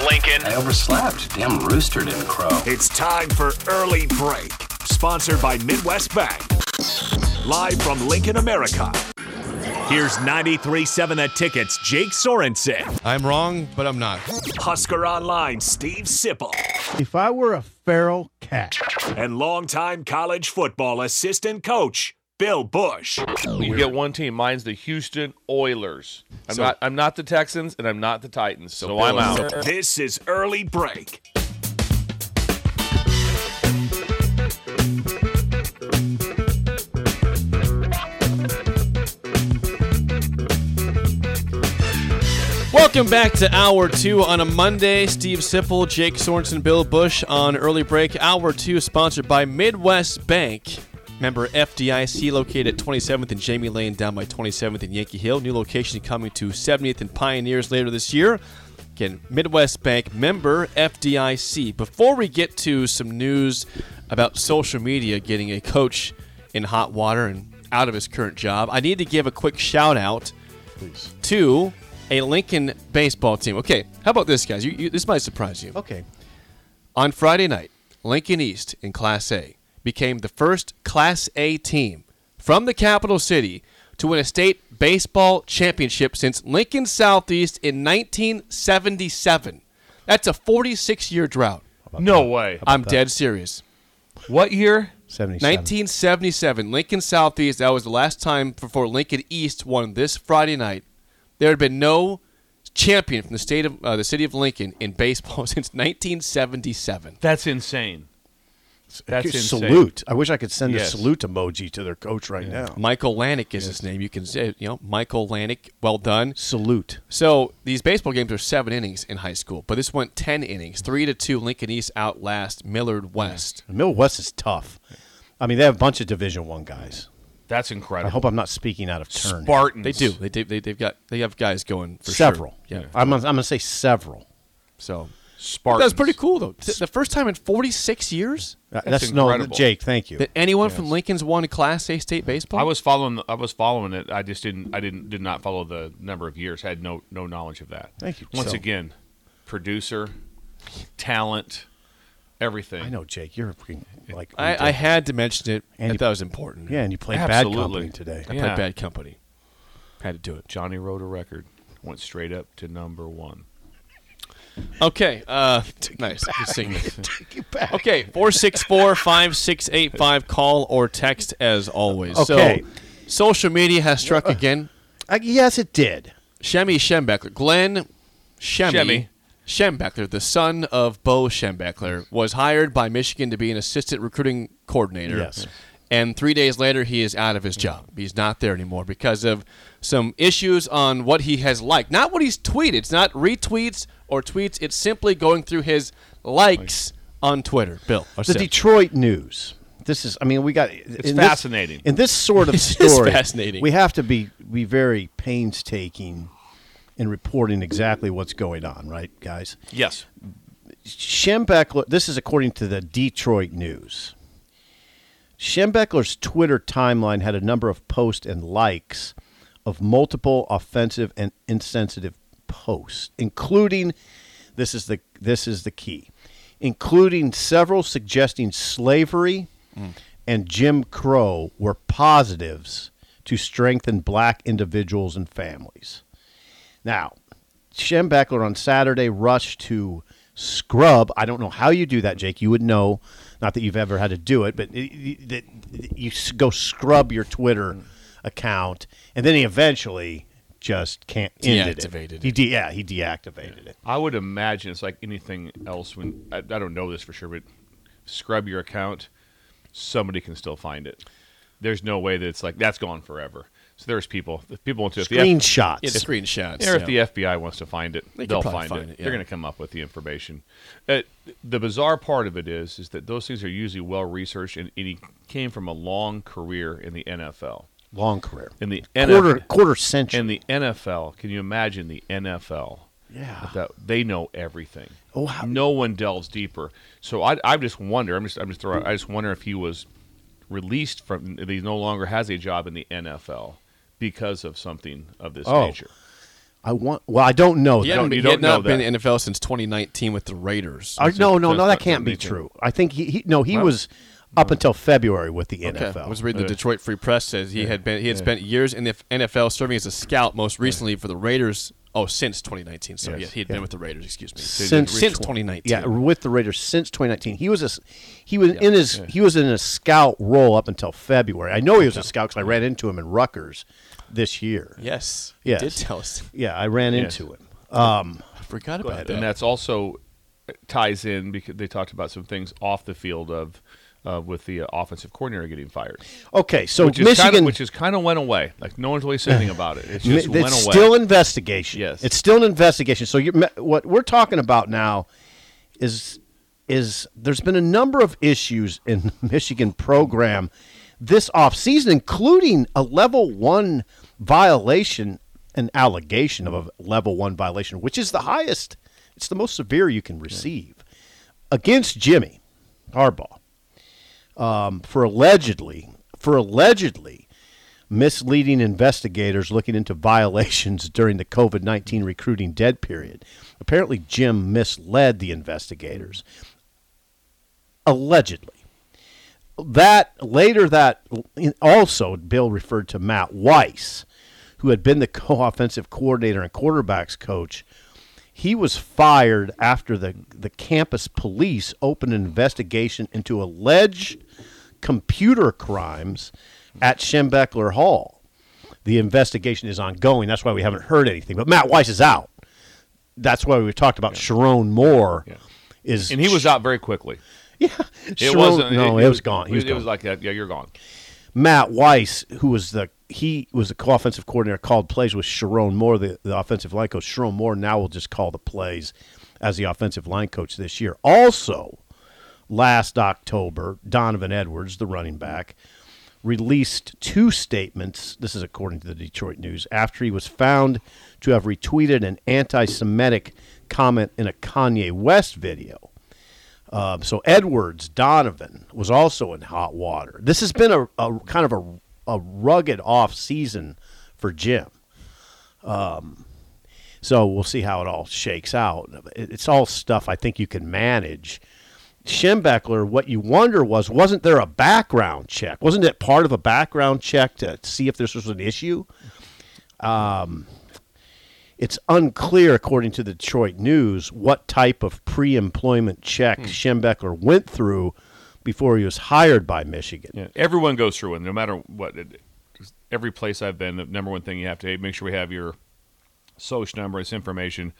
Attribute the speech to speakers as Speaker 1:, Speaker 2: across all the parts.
Speaker 1: Morgan.
Speaker 2: I overslept. Damn rooster didn't crow.
Speaker 3: It's time for Early Break, sponsored by Midwest Bank. Live from Lincoln, America. Here's 93.7 The Ticket's Jake Sorensen,
Speaker 4: I'm wrong, but I'm not.
Speaker 3: Husker Online Steve Sipple,
Speaker 5: If I were a feral cat,
Speaker 3: and longtime college football assistant coach Bill Bush.
Speaker 6: You get one team. Mine's the Houston Oilers. I'm
Speaker 4: So-
Speaker 6: not. I'm not the Texans, and I'm not the Titans. So,
Speaker 4: Bill
Speaker 6: I'm
Speaker 4: is-
Speaker 6: out.
Speaker 3: This is Early Break.
Speaker 4: Welcome back to Hour 2 on a Monday. Steve Sipple, Jake Sorensen, Bill Bush on Early Break. Hour 2 sponsored by Midwest Bank. Member FDIC located at 27th and Jamie Lane down by 27th and Yankee Hill. New location coming to 70th and Pioneers later this year. Again, Midwest Bank member FDIC. Before we get to some news about social media getting a coach in hot water and out of his current job, I need to give a quick shout out to a Lincoln baseball team. Okay, how about this, guys? You, you, this might surprise you.
Speaker 5: okay,
Speaker 4: On Friday night, Lincoln East in Class A became the first Class A team from the capital city to win a state baseball championship since Lincoln Southeast in 1977. That's a 46 year drought.
Speaker 6: No way.
Speaker 4: I'm dead serious.
Speaker 6: What year?
Speaker 5: 77.
Speaker 4: 1977, Lincoln Southeast. That was the last time before Lincoln East won this Friday night. There had been no champion from the state of uh, the city of Lincoln in baseball since 1977.
Speaker 6: That's insane. That's insane.
Speaker 5: salute. I wish I could send
Speaker 6: Yes.
Speaker 5: a salute emoji to their coach right now.
Speaker 4: Michael Lanick is his name. You can say, you know, Michael Lanick. Well done.
Speaker 5: Salute.
Speaker 4: So these baseball games are seven innings in high school, but this went ten innings, three to two. Lincoln East outlast Millard West.
Speaker 5: Middle West is tough. I mean, they have a bunch of Division One guys.
Speaker 6: That's
Speaker 5: I
Speaker 6: incredible.
Speaker 5: hope I'm not speaking out of turn.
Speaker 6: Spartans.
Speaker 4: They do. They, do- they they've got they have guys going for sure.
Speaker 5: several.
Speaker 4: Yeah.
Speaker 5: I'm, gonna- I'm going to say several.
Speaker 4: So
Speaker 6: Spartans.
Speaker 4: that's pretty cool though. Th- The first time in 46 years.
Speaker 5: That's, no,
Speaker 6: incredible.
Speaker 5: Uh, Jake. Thank you.
Speaker 4: that anyone from Lincoln's won Class A state baseball?
Speaker 6: I was following. I was following it. I just didn't. I didn't. Did not follow the number of years. Had no no knowledge of that.
Speaker 5: Thank you.
Speaker 6: Once
Speaker 5: So-
Speaker 6: again, producer, talent, everything.
Speaker 5: I know, Jake. You're freaking, like we
Speaker 4: I, I
Speaker 5: did.
Speaker 4: had to mention it.
Speaker 5: And
Speaker 4: I
Speaker 5: you-
Speaker 4: thought it was important.
Speaker 5: yeah, and you played
Speaker 6: Absolutely.
Speaker 5: bad company today.
Speaker 4: I
Speaker 6: Yeah.
Speaker 4: played bad company. Had to do it.
Speaker 6: Johnny wrote a record. Went straight up to number one.
Speaker 4: Okay. Uh, nice. Good singing. Okay. Four six four five six eight five. Call or text as always.
Speaker 5: Okay.
Speaker 4: So, social media has struck again.
Speaker 5: I, yes, it did.
Speaker 4: Shemmy Schembeckler, Glenn Shemmy,
Speaker 6: Shemmy.
Speaker 4: Schembeckler, the son of Bo Schembeckler, was hired by Michigan to be an assistant recruiting coordinator.
Speaker 5: Yes.
Speaker 4: And three days later, he is out of his job. He's not there anymore because of some issues on what he has liked. Not what he's tweeted. It's not retweets or tweets. It's simply going through his likes on Twitter. Bill, or
Speaker 5: The
Speaker 4: Sip.
Speaker 5: Detroit news. This is. I mean, we got. It's
Speaker 6: fascinating.
Speaker 5: in this sort of
Speaker 4: It is
Speaker 5: story,
Speaker 4: fascinating.
Speaker 5: We have to be be very painstaking in reporting exactly what's going on, right, guys?
Speaker 6: Yes.
Speaker 5: Schembeckler, this is according to the Detroit News. Schembeckler's Twitter timeline had a number of posts and likes of multiple offensive and insensitive posts, including this is the this is the key, including several suggesting slavery and Jim Crow were positives to strengthen black individuals and families. Now, Shem Beckler on Saturday rushed to scrub. I don't know how you do that, Jake. You would know. Not that you've ever had to do it, but it- it- that you s- go scrub your Twitter account, and then he eventually just can't ended
Speaker 4: Deactivated
Speaker 5: it. He de- yeah, he deactivated it.
Speaker 6: I would imagine it's like anything else. When I, I don't know this for sure, but scrub your account, somebody can still find it. There's no way that it's like that's gone forever. So there's people. If people want to, if the, F,
Speaker 5: Screenshots.
Speaker 4: It's screenshots.
Speaker 6: or
Speaker 4: yeah.
Speaker 6: if the FBI wants to find it,
Speaker 4: They could
Speaker 6: they will
Speaker 4: probably
Speaker 6: find,
Speaker 4: find
Speaker 6: it.
Speaker 4: it, yeah.
Speaker 6: They're going to come up with the information. Uh, the bizarre part of it is, is that those things are usually well researched, and, and he came from a long career in the NFL.
Speaker 5: Long career.
Speaker 6: In the
Speaker 5: quarter
Speaker 6: NFL,
Speaker 5: quarter century.
Speaker 6: in the NFL, can you imagine the NFL?
Speaker 5: Yeah.
Speaker 6: That they know everything.
Speaker 5: Oh, how-
Speaker 6: no one delves deeper. So I, I just wonder. I'm just, I'm just throwing. I just wonder if he was released from. If he no longer has a job in the NFL because of something of this
Speaker 5: Oh.
Speaker 6: nature.
Speaker 5: I want. Well, I don't know.
Speaker 4: He
Speaker 5: that.
Speaker 6: don't-
Speaker 4: hadn't been,
Speaker 6: you
Speaker 4: he had
Speaker 6: don't know
Speaker 4: not been
Speaker 6: that.
Speaker 4: in the NFL since 2019 with the Raiders.
Speaker 5: I, no, no,
Speaker 6: that's
Speaker 5: no. That
Speaker 6: not
Speaker 5: can't be
Speaker 6: amazing.
Speaker 5: true. I think he. he no, he was up until February with the
Speaker 4: Okay.
Speaker 5: NFL.
Speaker 4: I was reading the Detroit Free Press says he had been he had spent years in the NFL serving as a scout, most recently for the Raiders. Oh, since 2019. So
Speaker 6: Yes.
Speaker 4: yeah, he had
Speaker 5: Yeah.
Speaker 4: been with the Raiders. Excuse me.
Speaker 5: since
Speaker 4: since
Speaker 5: tw-
Speaker 4: 2019.
Speaker 5: Yeah, with the Raiders since 2019. He was a s- he was in his he was in a scout role up until February. I know he was a scout because I ran into him in Rutgers this year.
Speaker 4: Yes.
Speaker 5: Yes.
Speaker 4: He did tell us.
Speaker 5: Yeah, I ran
Speaker 6: Yes.
Speaker 5: into him. Um,
Speaker 4: I forgot about
Speaker 6: and
Speaker 4: that.
Speaker 6: that's also uh, ties in because they talked about some things off the field of uh, with the uh, offensive coordinator getting fired,
Speaker 5: Okay, so
Speaker 6: which is
Speaker 5: Michigan,
Speaker 6: kind of, which is kind of went away. Like no one's really saying anything about it. It
Speaker 5: Mi-
Speaker 6: just went
Speaker 5: it's
Speaker 6: away.
Speaker 5: still investigation.
Speaker 6: Yes.
Speaker 5: it's still an investigation. So you're, me- what we're talking about now is is there's been a number of issues in the Michigan program this offseason, including a level one violation, an allegation of a level one violation, which is the highest. It's the most severe you can receive against Jimmy Harbaugh um, for allegedly for allegedly misleading investigators looking into violations during the COVID 19 recruiting dead period. Apparently, Jim misled the investigators. Allegedly. That later, that also Bill referred to Matt Weiss, who had been the co offensive coordinator and quarterbacks coach. He was fired after the, the campus police opened an investigation into alleged computer crimes at Schembeckler Hall. The investigation is ongoing. That's why we haven't heard anything. But Matt Weiss is out. That's why we talked about Sharon Moore. Is
Speaker 6: and he was out very quickly.
Speaker 5: Sharon- no, it, was gone. He was
Speaker 6: it
Speaker 5: gone.
Speaker 6: was like, yeah, you're gone.
Speaker 5: Matt Weiss, who was the he was the co-offensive coordinator, called plays with Sharon Moore, the, the offensive line coach. Sharon Moore now will just call the plays as the offensive line coach this year. Also, last October, Donovan Edwards, the running back, released two statements. This is according to the Detroit News after he was found to have retweeted an anti-Semitic comment in a Kanye West video. Um, so Edwards Donovan was also in hot water. This has been a, a kind of a, a rugged off season for Jim. Um, so we'll see how it all shakes out. It- It's all stuff I think you can manage. Schembeckler, what you wonder was, wasn't there a background check? Wasn't it part of a background check to see if this was an issue? It's unclear, according to the Detroit News, what type of pre employment check Schembeckler went through before he was hired by Michigan.
Speaker 6: Yeah, everyone goes through one, no matter what. It, just every place I've been, the number one thing you have to make sure we have your social number, it's information.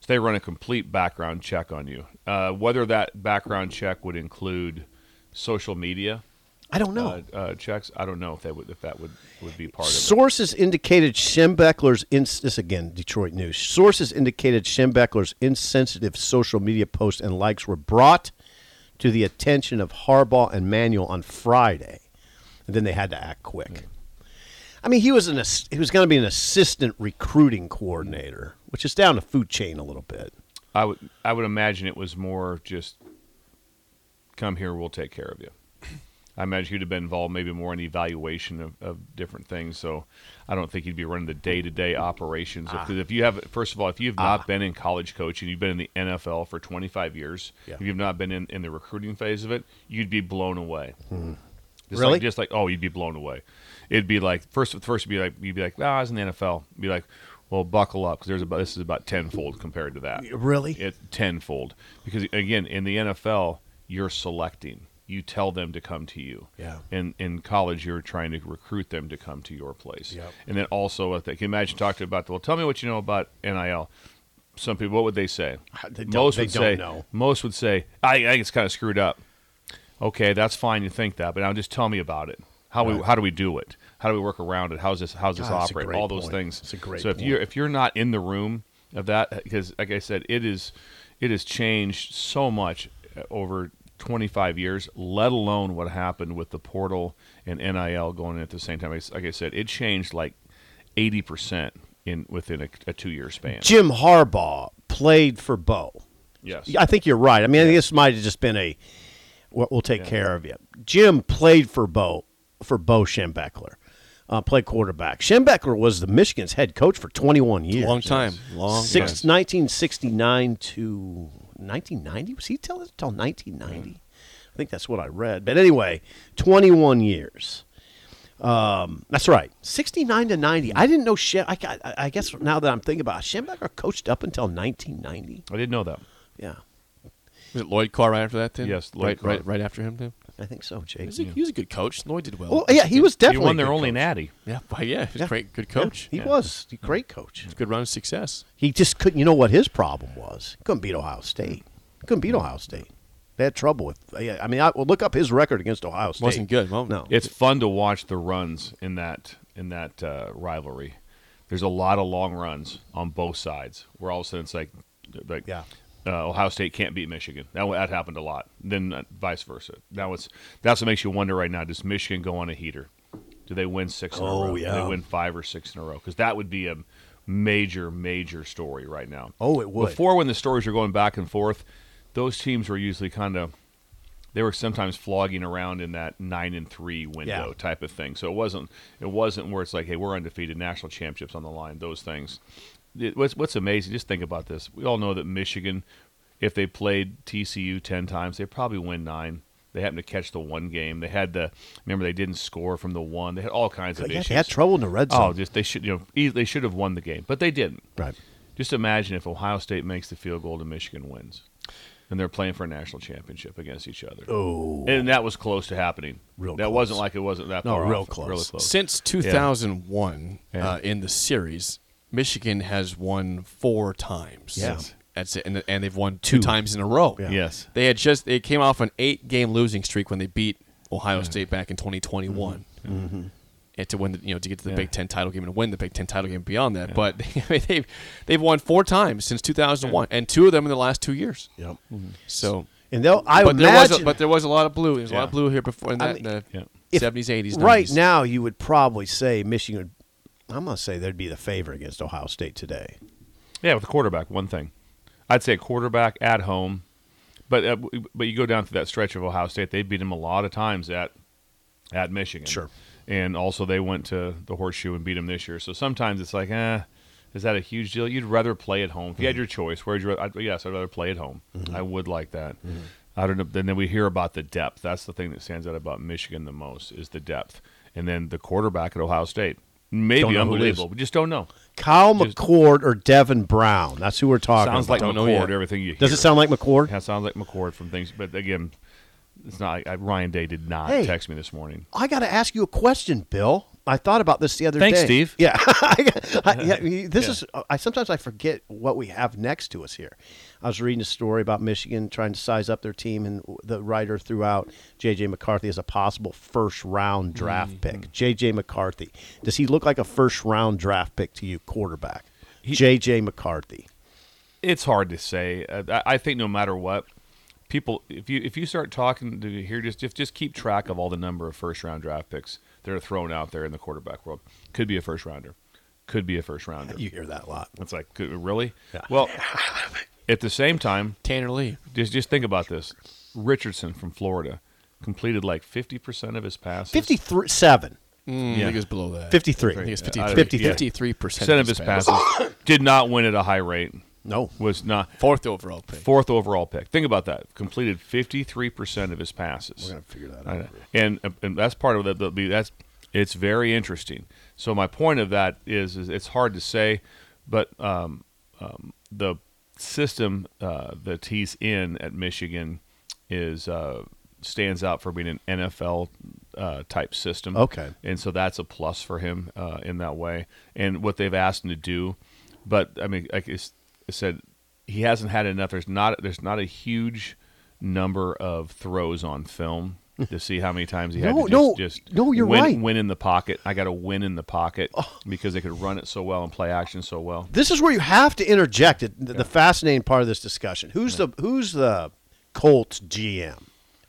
Speaker 6: So they run a complete background check on you. Uh, whether that background check would include social media
Speaker 5: I don't know.
Speaker 6: uh, uh, checks, I don't know if that would if that would, would be part of it.
Speaker 5: Sources indicated Schembeckler's ins- this again Detroit News. Sources indicated Schembeckler's insensitive social media posts and likes were brought to the attention of Harbaugh and Manuel on Friday, and then they had to act quick. I mean, he was an ass- he was going to be an assistant recruiting coordinator, which is down the food chain a little bit.
Speaker 6: I would I would imagine it was more just come here, we'll take care of you. I imagine he'd have been involved maybe more in evaluation of, of different things. So I don't think he'd be running the day to day operations.
Speaker 5: Ah.
Speaker 6: Because if you have, first of all, if you've not been in college coaching, you've been in the NFL for 25 years,
Speaker 5: Yeah.
Speaker 6: if you've not been in, in the recruiting phase of it, you'd be blown away. Just
Speaker 5: Hmm. Really?
Speaker 6: Like, just like, oh, you'd be blown away. It'd be like, first, first would be like, you'd be like, ah, I was in the NFL. You'd be like, well, buckle up because there's about, this is about tenfold compared to that
Speaker 5: Really?
Speaker 6: it tenfold because again in the NFL you're selecting you tell them to come to you
Speaker 5: Yeah.
Speaker 6: in in college you're trying to recruit them to come to your place
Speaker 5: Yep.
Speaker 6: and then also I think imagine talking about well tell me what you know about NIL some people what would they say
Speaker 5: They don't-
Speaker 6: most
Speaker 5: they
Speaker 6: would
Speaker 5: don't
Speaker 6: say
Speaker 5: know.
Speaker 6: most would say I, I think it's kind of screwed up okay that's fine you think that but now just tell me about it how we how do we do it how do we work around it how's this how's this
Speaker 5: God, Ah, that's a
Speaker 6: operate
Speaker 5: great
Speaker 6: all those
Speaker 5: point.
Speaker 6: things
Speaker 5: That's a great
Speaker 6: so if
Speaker 5: point.
Speaker 6: you're if you're not in the room of that because like i said it is it has changed so much uh, over 25 years let alone what happened with the portal and nil going in at the same time It's- like i said it changed like 80% in within a, a two-year span
Speaker 5: Jim Harbaugh played for Bo.
Speaker 6: yes
Speaker 5: I think you're right. I mean, I think this might have just been a we'll, we'll take care of you. Jim played for Bo for Bo Schembechler. uh, play quarterback. Schembeckler was the Michigan's head coach for 21 years.
Speaker 4: Long time. Long
Speaker 5: Six,
Speaker 4: time.
Speaker 5: 1969 to 1990. Was he till till 1990?
Speaker 4: Mm.
Speaker 5: I think that's what I read. But anyway, 21 years. Um, that's right, 69 to 90. I didn't know. Shem, I, got- I, I guess now that I'm thinking about, it, Schembeckler coached up until 1990.
Speaker 6: I didn't know that.
Speaker 5: Yeah,
Speaker 4: Was it Lloyd Carr right after that, then?
Speaker 6: Yes, Lloyd
Speaker 4: right,
Speaker 6: Carr.
Speaker 4: right, right after him, then?
Speaker 5: I think so, Jake.
Speaker 4: He was, a, he was a good coach. Lloyd did well.
Speaker 5: Well, yeah, he was
Speaker 6: he
Speaker 5: definitely a
Speaker 6: won their
Speaker 5: good
Speaker 6: only
Speaker 5: coach.
Speaker 6: natty.
Speaker 4: Yeah, well, yeah, he's
Speaker 5: Yeah.
Speaker 4: a great, good
Speaker 5: Yeah,
Speaker 4: coach.
Speaker 5: he was a great coach.
Speaker 4: Good run of success.
Speaker 5: He just couldn't. You know what his problem was? He couldn't beat Ohio State. He couldn't beat Ohio State. They had trouble with. yeah, I mean, I, well, look up his record against Ohio State.
Speaker 4: Wasn't good. Well,
Speaker 5: No.
Speaker 6: It's fun to watch the runs in that in that uh, rivalry. There's a lot of long runs on both sides where all of a sudden it's like, like
Speaker 5: Yeah.
Speaker 6: uh, Ohio State can't beat Michigan. That that happened a lot. Then uh, vice versa. That was that's what makes you wonder right now. Does Michigan go on a heater? Do they win six? In
Speaker 5: Oh,
Speaker 6: a row? Do
Speaker 5: yeah.
Speaker 6: they win five or six in a row? Because that would be a major major story right now.
Speaker 5: Oh, it would.
Speaker 6: Before when the stories are going back and forth, those teams were usually kind of they were sometimes flogging around in that nine and three window
Speaker 5: Yeah.
Speaker 6: type of thing. So it wasn't it wasn't where it's like, hey, we're undefeated, national championships on the line, those things. It- what's what's amazing? Just think about this. We all know that Michigan, if they played TCU ten times, they probably win nine. They happened to catch the one game. They had the remember they didn't score from the one. They had all kinds of
Speaker 5: yeah,
Speaker 6: issues.
Speaker 5: they had trouble in the red
Speaker 6: oh,
Speaker 5: zone.
Speaker 6: just they should you know e- they should have won the game, but they didn't.
Speaker 5: right.
Speaker 6: Just imagine if Ohio State makes the field goal and Michigan wins, and they're playing for a national championship against each other. Oh, and that was close to happening.
Speaker 5: Real
Speaker 6: that
Speaker 5: close.
Speaker 6: wasn't like it wasn't that
Speaker 5: No,
Speaker 6: far
Speaker 5: real
Speaker 6: off.
Speaker 5: close.
Speaker 6: Really close.
Speaker 4: Since 2001, uh, in the series, Michigan has won four times.
Speaker 5: Yeah.
Speaker 4: That's it. And, and they've won two, times in a row.
Speaker 5: Yeah.
Speaker 6: Yes.
Speaker 4: They had just, they came off an eight game losing streak when they beat Ohio State back in 2021.
Speaker 5: Mm-hmm.
Speaker 4: And to win, the, you know, to get to the
Speaker 6: Yeah.
Speaker 4: Big Ten title game and win the Big Ten title game beyond that, but they've they've won four times since 2001, and two of them in the last two years.
Speaker 5: Yep.
Speaker 4: So,
Speaker 5: And they'll. I
Speaker 4: Mm-hmm. but there
Speaker 5: imagine.
Speaker 4: was a, but there was a lot of blue. There was a lot of
Speaker 6: Yeah.
Speaker 4: blue here before in,
Speaker 5: I
Speaker 4: that,
Speaker 5: mean,
Speaker 4: in
Speaker 6: Yeah.
Speaker 4: the
Speaker 5: if-
Speaker 4: 70s, 80s, 90s.
Speaker 5: right now, you would probably say Michigan. would- I'm gonna say they'd be the favorite against Ohio State today.
Speaker 6: Yeah, with the quarterback, one thing, I'd say quarterback at home, but uh, w- but you go down through that stretch of Ohio State, they beat him a lot of times at at Michigan.
Speaker 5: Sure.
Speaker 6: And also they went to the horseshoe and beat him this year. So sometimes it's like, eh, is that a huge deal? You'd rather play at home. If
Speaker 5: Mm-hmm.
Speaker 6: you had your choice, where'd you? I'd, yes, I'd rather play at home. I would like that.
Speaker 5: Mm-hmm.
Speaker 6: I don't know. Then then we hear about the depth. That's the thing that stands out about Michigan the most is the depth, and then the quarterback at Ohio State.
Speaker 5: Don't
Speaker 6: Maybe
Speaker 5: know who it is.
Speaker 6: unbelievable. We just don't know.
Speaker 5: Kyle
Speaker 6: Just-
Speaker 5: McCord or Devin Brown. That's who we're talking.
Speaker 6: Sounds like
Speaker 4: Don't
Speaker 5: about.
Speaker 4: know yet.
Speaker 6: McCord. Everything you
Speaker 5: Does
Speaker 6: hear.
Speaker 5: it sound like McCord?
Speaker 6: Yeah, it sounds like McCord from things, but again, it's not. I, Ryan Day did not
Speaker 5: Hey.
Speaker 6: text me this morning.
Speaker 5: I got to ask you a question, Bill. I thought about this the other
Speaker 6: Thanks,
Speaker 5: day.
Speaker 6: Steve.
Speaker 5: Yeah, I- I- yeah, this is. I sometimes I forget what we have next to us here. I was reading a story about Michigan trying to size up their team, and the writer threw out J.J. McCarthy as a possible first round draft pick. J.J. McCarthy. Does he look like a first round draft pick to you, quarterback? J.J. McCarthy.
Speaker 6: It's hard to say. Uh, I, I think no matter what, people, if you if you start talking to here, just just just keep track of all the number of first round draft picks that are thrown out there in the quarterback world. Could be a first rounder. Could be a first rounder.
Speaker 5: You hear that a lot.
Speaker 6: It's like could, really. Well, at the same time,
Speaker 4: Tanner Lee.
Speaker 6: just just think about this. Richardson from Florida completed like fifty percent of his passes.
Speaker 5: 53, seven.
Speaker 4: I think it's below that.
Speaker 5: 53.
Speaker 4: I think it's
Speaker 6: Yeah, I-
Speaker 4: 53.
Speaker 6: yeah.
Speaker 4: 53 percent
Speaker 6: percent of his passes did not win at a high rate.
Speaker 5: No.
Speaker 6: Was not
Speaker 4: Fourth overall pick.
Speaker 6: fourth overall pick. Think about that. Completed fifty three percent of his passes. We're
Speaker 5: gonna figure that
Speaker 6: out. And and that's part of that. that'll be- That's it's very interesting. So my point of that is, is it's hard to say, but um, um, the system uh, that he's in at Michigan is uh, stands out for being an NFL uh, type system.
Speaker 5: Okay.
Speaker 6: and so that's a plus for him uh, in that way. And what they've asked him to do, but I mean, like I s- I said, he hasn't had enough. There's not there's not a huge number of throws on film to see how many times he had
Speaker 5: Hmm. No,
Speaker 6: to
Speaker 5: no,
Speaker 6: just, just
Speaker 5: no, you're
Speaker 6: win,
Speaker 5: right. Oh.
Speaker 6: Win in the pocket. I got to win in the pocket because they could run it so well and play action so well.
Speaker 5: this is where you have to interject it, the, the fascinating part of this discussion. Who's the who's the Colts GM?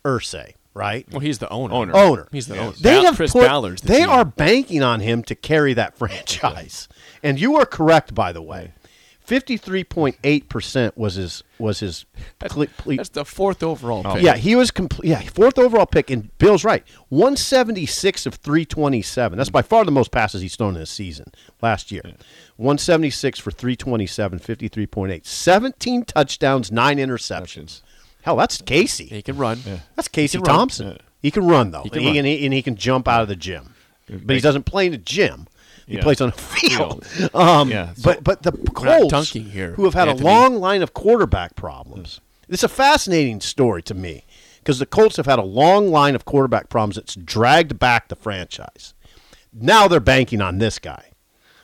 Speaker 5: Ursay, right?
Speaker 4: Well, he's the owner.
Speaker 6: Owner.
Speaker 5: Owner.
Speaker 4: He's the owner.
Speaker 5: They
Speaker 4: Bal-
Speaker 5: have
Speaker 4: Chris
Speaker 5: put-
Speaker 4: Ballard's the
Speaker 5: they
Speaker 4: GM.
Speaker 5: are banking on him to carry that franchise. And you are correct, by the way. Fifty-three point eight percent was his was his. cle- ple-
Speaker 4: That's the fourth overall pick.
Speaker 5: yeah, he was complete. Yeah, fourth overall pick, and Bill's right. One seventy-six of three twenty-seven. That's by far the most passes he's thrown in a season last year. One seventy-six for 327, 53.8. 17 touchdowns, nine interceptions. Hell, that's Casey.
Speaker 4: He can run.
Speaker 5: That's Casey
Speaker 4: can run.
Speaker 5: Thompson. He can run though,
Speaker 4: can
Speaker 5: and, he,
Speaker 4: run.
Speaker 5: and he and he can jump out of the gym, but he
Speaker 6: makes-
Speaker 5: doesn't play in the gym. He
Speaker 6: Yeah.
Speaker 5: plays on a field. Um,
Speaker 6: Yeah, so-
Speaker 5: but but the
Speaker 4: not
Speaker 5: Colts,
Speaker 4: dunking here,
Speaker 5: who have had
Speaker 4: Anthony.
Speaker 5: a long line of quarterback problems, it's a fascinating story to me because the Colts have had a long line of quarterback problems that's dragged back the franchise. Now they're banking on this guy,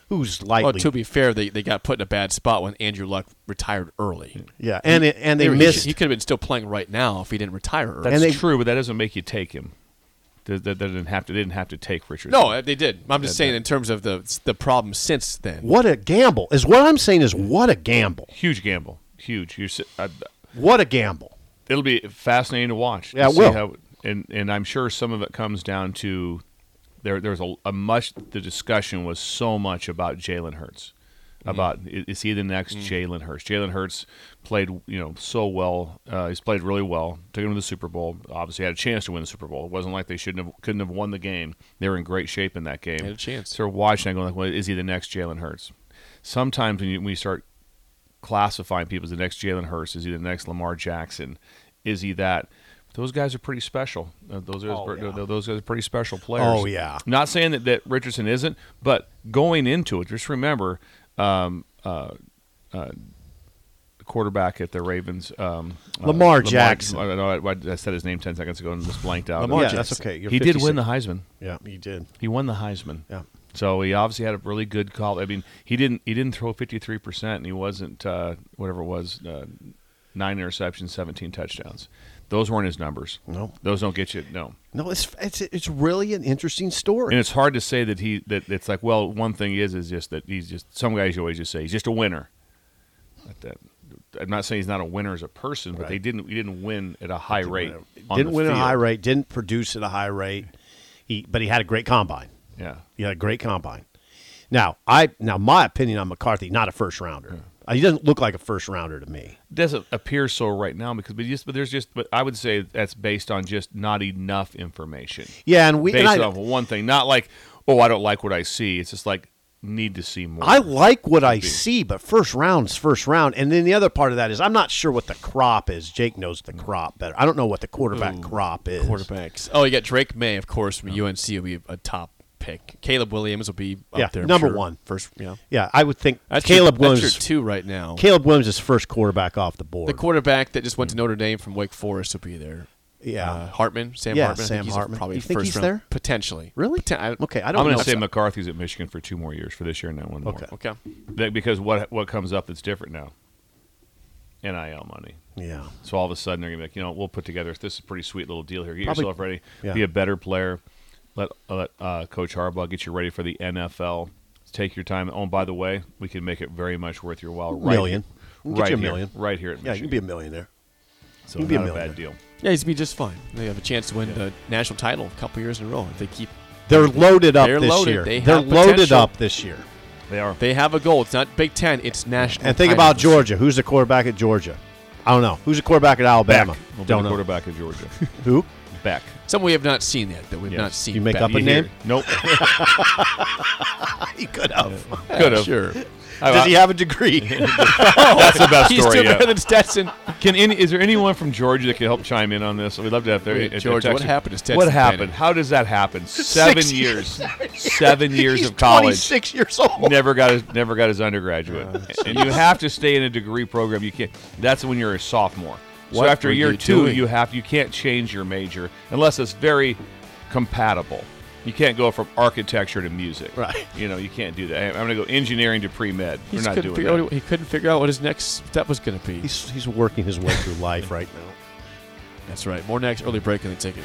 Speaker 5: who's likely
Speaker 4: Well, to be fair, they, they got put in a bad spot when Andrew Luck retired early.
Speaker 5: yeah, and it, and they
Speaker 4: he,
Speaker 5: missed.
Speaker 4: He, could have been still playing right now if he didn't retire early.
Speaker 6: That's
Speaker 5: they-
Speaker 6: true, but that doesn't make you take him. They, they, they didn't have to. They didn't have to take Richard.
Speaker 4: no, uh, they did. I'm just saying in terms of the the problem since then.
Speaker 5: what a gamble! Is what I'm saying is what a gamble!
Speaker 6: huge gamble. Huge. You're, si- I,
Speaker 5: What a gamble!
Speaker 6: it'll be fascinating to watch. to
Speaker 5: Yeah, it
Speaker 6: see
Speaker 5: will.
Speaker 6: How, and and I'm sure some of it comes down to there. There's a, a much. The discussion was so much about Jalen Hurts. About i- is he the next Jalen Hurts? Jalen Hurts played you know so well. Uh, he's played really well. Took him to the Super Bowl. Obviously had a chance to win the Super Bowl. It wasn't like they shouldn't have couldn't have won the game. They were in great shape in that game.
Speaker 4: Had a chance.
Speaker 6: So we're watching. I going like, well, is he the next Jalen Hurts? Sometimes when you, when you start classifying people as the next Jalen Hurts? Is he the next Lamar Jackson? Is he that? Those guys are pretty special. Uh, those are those guys are pretty special players.
Speaker 5: Oh, yeah.
Speaker 6: Not saying that, that Richardson isn't, but going into it, just remember, um, uh, uh, the quarterback at the Ravens, um, uh,
Speaker 5: Lamar Jackson.
Speaker 6: I, don't know, I, I said his name ten seconds ago and just blanked out.
Speaker 5: Lamar Yeah, that's Jackson. okay. You're
Speaker 6: he did
Speaker 5: 56.
Speaker 6: win the Heisman.
Speaker 5: Yeah, he did.
Speaker 6: He won the Heisman.
Speaker 5: Yeah.
Speaker 6: So he obviously had a really good call. I mean, he didn't he didn't throw fifty three percent, and he wasn't uh, whatever it was uh, nine interceptions, seventeen touchdowns. Those weren't his numbers.
Speaker 5: No.
Speaker 6: those don't get you. No,
Speaker 5: No, it's it's it's really an interesting story.
Speaker 6: and it's hard to say that he that it's like well, one thing is is just that he's just some guys you always just say he's just a winner. Not that- I'm not saying he's not a winner as a person, but they didn't he didn't win at a high rate. on
Speaker 5: didn't
Speaker 6: the
Speaker 5: win at a high
Speaker 6: field.
Speaker 5: rate. Didn't produce at a high rate. He, but he had a great combine.
Speaker 6: Yeah.
Speaker 5: He had a great combine. Now I now my opinion on McCarthy, not a first rounder. Uh, He doesn't look like a first rounder to me.
Speaker 6: doesn't appear so right now because but just but there's just but I would say that's based on just not enough information.
Speaker 5: Yeah, and we and
Speaker 6: based
Speaker 5: I,
Speaker 6: off of one thing, not like oh I don't like what I see. It's just like need to see more.
Speaker 5: I like what I see, but first round's first round. And then the other part of that is I'm not sure what the crop is. Jake knows the crop better. I don't know what the quarterback crop is.
Speaker 4: quarterbacks. Oh, you got Drake May, of course, from UNC will be a top pick. Caleb Williams will be up
Speaker 5: Yeah,
Speaker 4: there. I'm
Speaker 5: number
Speaker 4: sure.
Speaker 5: one.
Speaker 4: First, you know.
Speaker 5: Yeah, I would think
Speaker 4: That's
Speaker 5: Caleb
Speaker 4: your,
Speaker 5: Williams.
Speaker 4: That's your two right now.
Speaker 5: Caleb Williams is first quarterback off the board.
Speaker 4: the quarterback that just went to Notre Dame from Wake Forest will be there.
Speaker 5: Yeah.
Speaker 4: Uh, Hartman, Sam
Speaker 5: Yeah,
Speaker 4: Hartman. I think
Speaker 5: Sam
Speaker 4: he's
Speaker 5: Hartman.
Speaker 4: Probably
Speaker 5: You think
Speaker 4: first
Speaker 5: he's
Speaker 4: round.
Speaker 5: there?
Speaker 4: Potentially.
Speaker 5: Really?
Speaker 4: Poten- I-
Speaker 5: okay, I
Speaker 6: I'm
Speaker 5: don't
Speaker 6: going
Speaker 5: know.
Speaker 6: to say McCarthy's at Michigan for two more years for this year and then one more.
Speaker 5: Okay.
Speaker 4: Okay.
Speaker 6: That- because what what comes up that's different now? NIL money.
Speaker 5: yeah.
Speaker 6: So all of a sudden they're gonna be like, you know, we'll put together this is a pretty sweet little deal here. Get
Speaker 5: Probably-
Speaker 6: yourself ready.
Speaker 5: yeah.
Speaker 6: Be a better player. Let let uh, Coach Harbaugh get you ready for the NFL. Take your time. Oh, and by the way, we can make it very much worth your while. Right
Speaker 5: Million.
Speaker 6: Here,
Speaker 5: Get
Speaker 6: right
Speaker 5: you a
Speaker 6: here,
Speaker 5: million.
Speaker 6: Right here at
Speaker 5: Yeah, you can
Speaker 6: Michigan.
Speaker 5: be a millionaire.
Speaker 6: so
Speaker 5: you can be a
Speaker 6: not a
Speaker 5: millionaire.
Speaker 6: bad deal.
Speaker 4: Yeah, he's be just fine. They have a chance to win the national title a couple years in a row if they keep.
Speaker 5: They're loaded up
Speaker 4: They're
Speaker 5: this
Speaker 4: loaded.
Speaker 5: year.
Speaker 4: They
Speaker 5: They're
Speaker 4: have
Speaker 5: loaded
Speaker 4: potential.
Speaker 5: up this year.
Speaker 6: They are.
Speaker 4: They have a goal. It's not Big Ten. It's national.
Speaker 5: And think about
Speaker 4: titles.
Speaker 5: Georgia. Who's the quarterback at Georgia? I don't know. Who's the quarterback at Alabama?
Speaker 6: Will be
Speaker 5: Don't know.
Speaker 6: the quarterback of Georgia.
Speaker 5: Who?
Speaker 6: Beck.
Speaker 4: Some we have not seen yet that we've
Speaker 6: Yes.
Speaker 4: not seen.
Speaker 5: You make
Speaker 4: back.
Speaker 5: up a
Speaker 6: You
Speaker 5: name?
Speaker 6: hear- Nope.
Speaker 5: He could have.
Speaker 6: Could have.
Speaker 4: Sure.
Speaker 5: Does he have a degree?
Speaker 6: That's the best
Speaker 4: He's
Speaker 6: story
Speaker 4: still
Speaker 6: yet.
Speaker 4: better than Stetson.
Speaker 6: Can any, is there anyone from Georgia that can help chime in on this? We'd love to have their,
Speaker 4: Wait,
Speaker 6: their
Speaker 4: Georgia, what
Speaker 6: text-
Speaker 4: happened to Stetson
Speaker 6: What happened?
Speaker 4: Bennett?
Speaker 6: How does that happen? Seven years, seven years of college.
Speaker 5: Six years old.
Speaker 6: Never got his never got his undergraduate,
Speaker 4: Uh,
Speaker 6: and you have to stay in a degree program. You can't. That's when you're a sophomore.
Speaker 4: What
Speaker 6: so after
Speaker 4: were
Speaker 6: year
Speaker 4: you
Speaker 6: two,
Speaker 4: doing?
Speaker 6: you have you can't change your major unless it's very compatible. You can't go from architecture to music.
Speaker 5: Right.
Speaker 6: You know you can't do that. I'm going to go engineering to pre med.
Speaker 4: He
Speaker 6: We're
Speaker 4: just
Speaker 6: not
Speaker 4: couldn't
Speaker 6: doing
Speaker 4: figure out
Speaker 6: that.
Speaker 4: what he, he couldn't figure out what his next step was going to be.
Speaker 5: He's, he's working his way through life right now.
Speaker 4: That's right. More next early break and the ticket.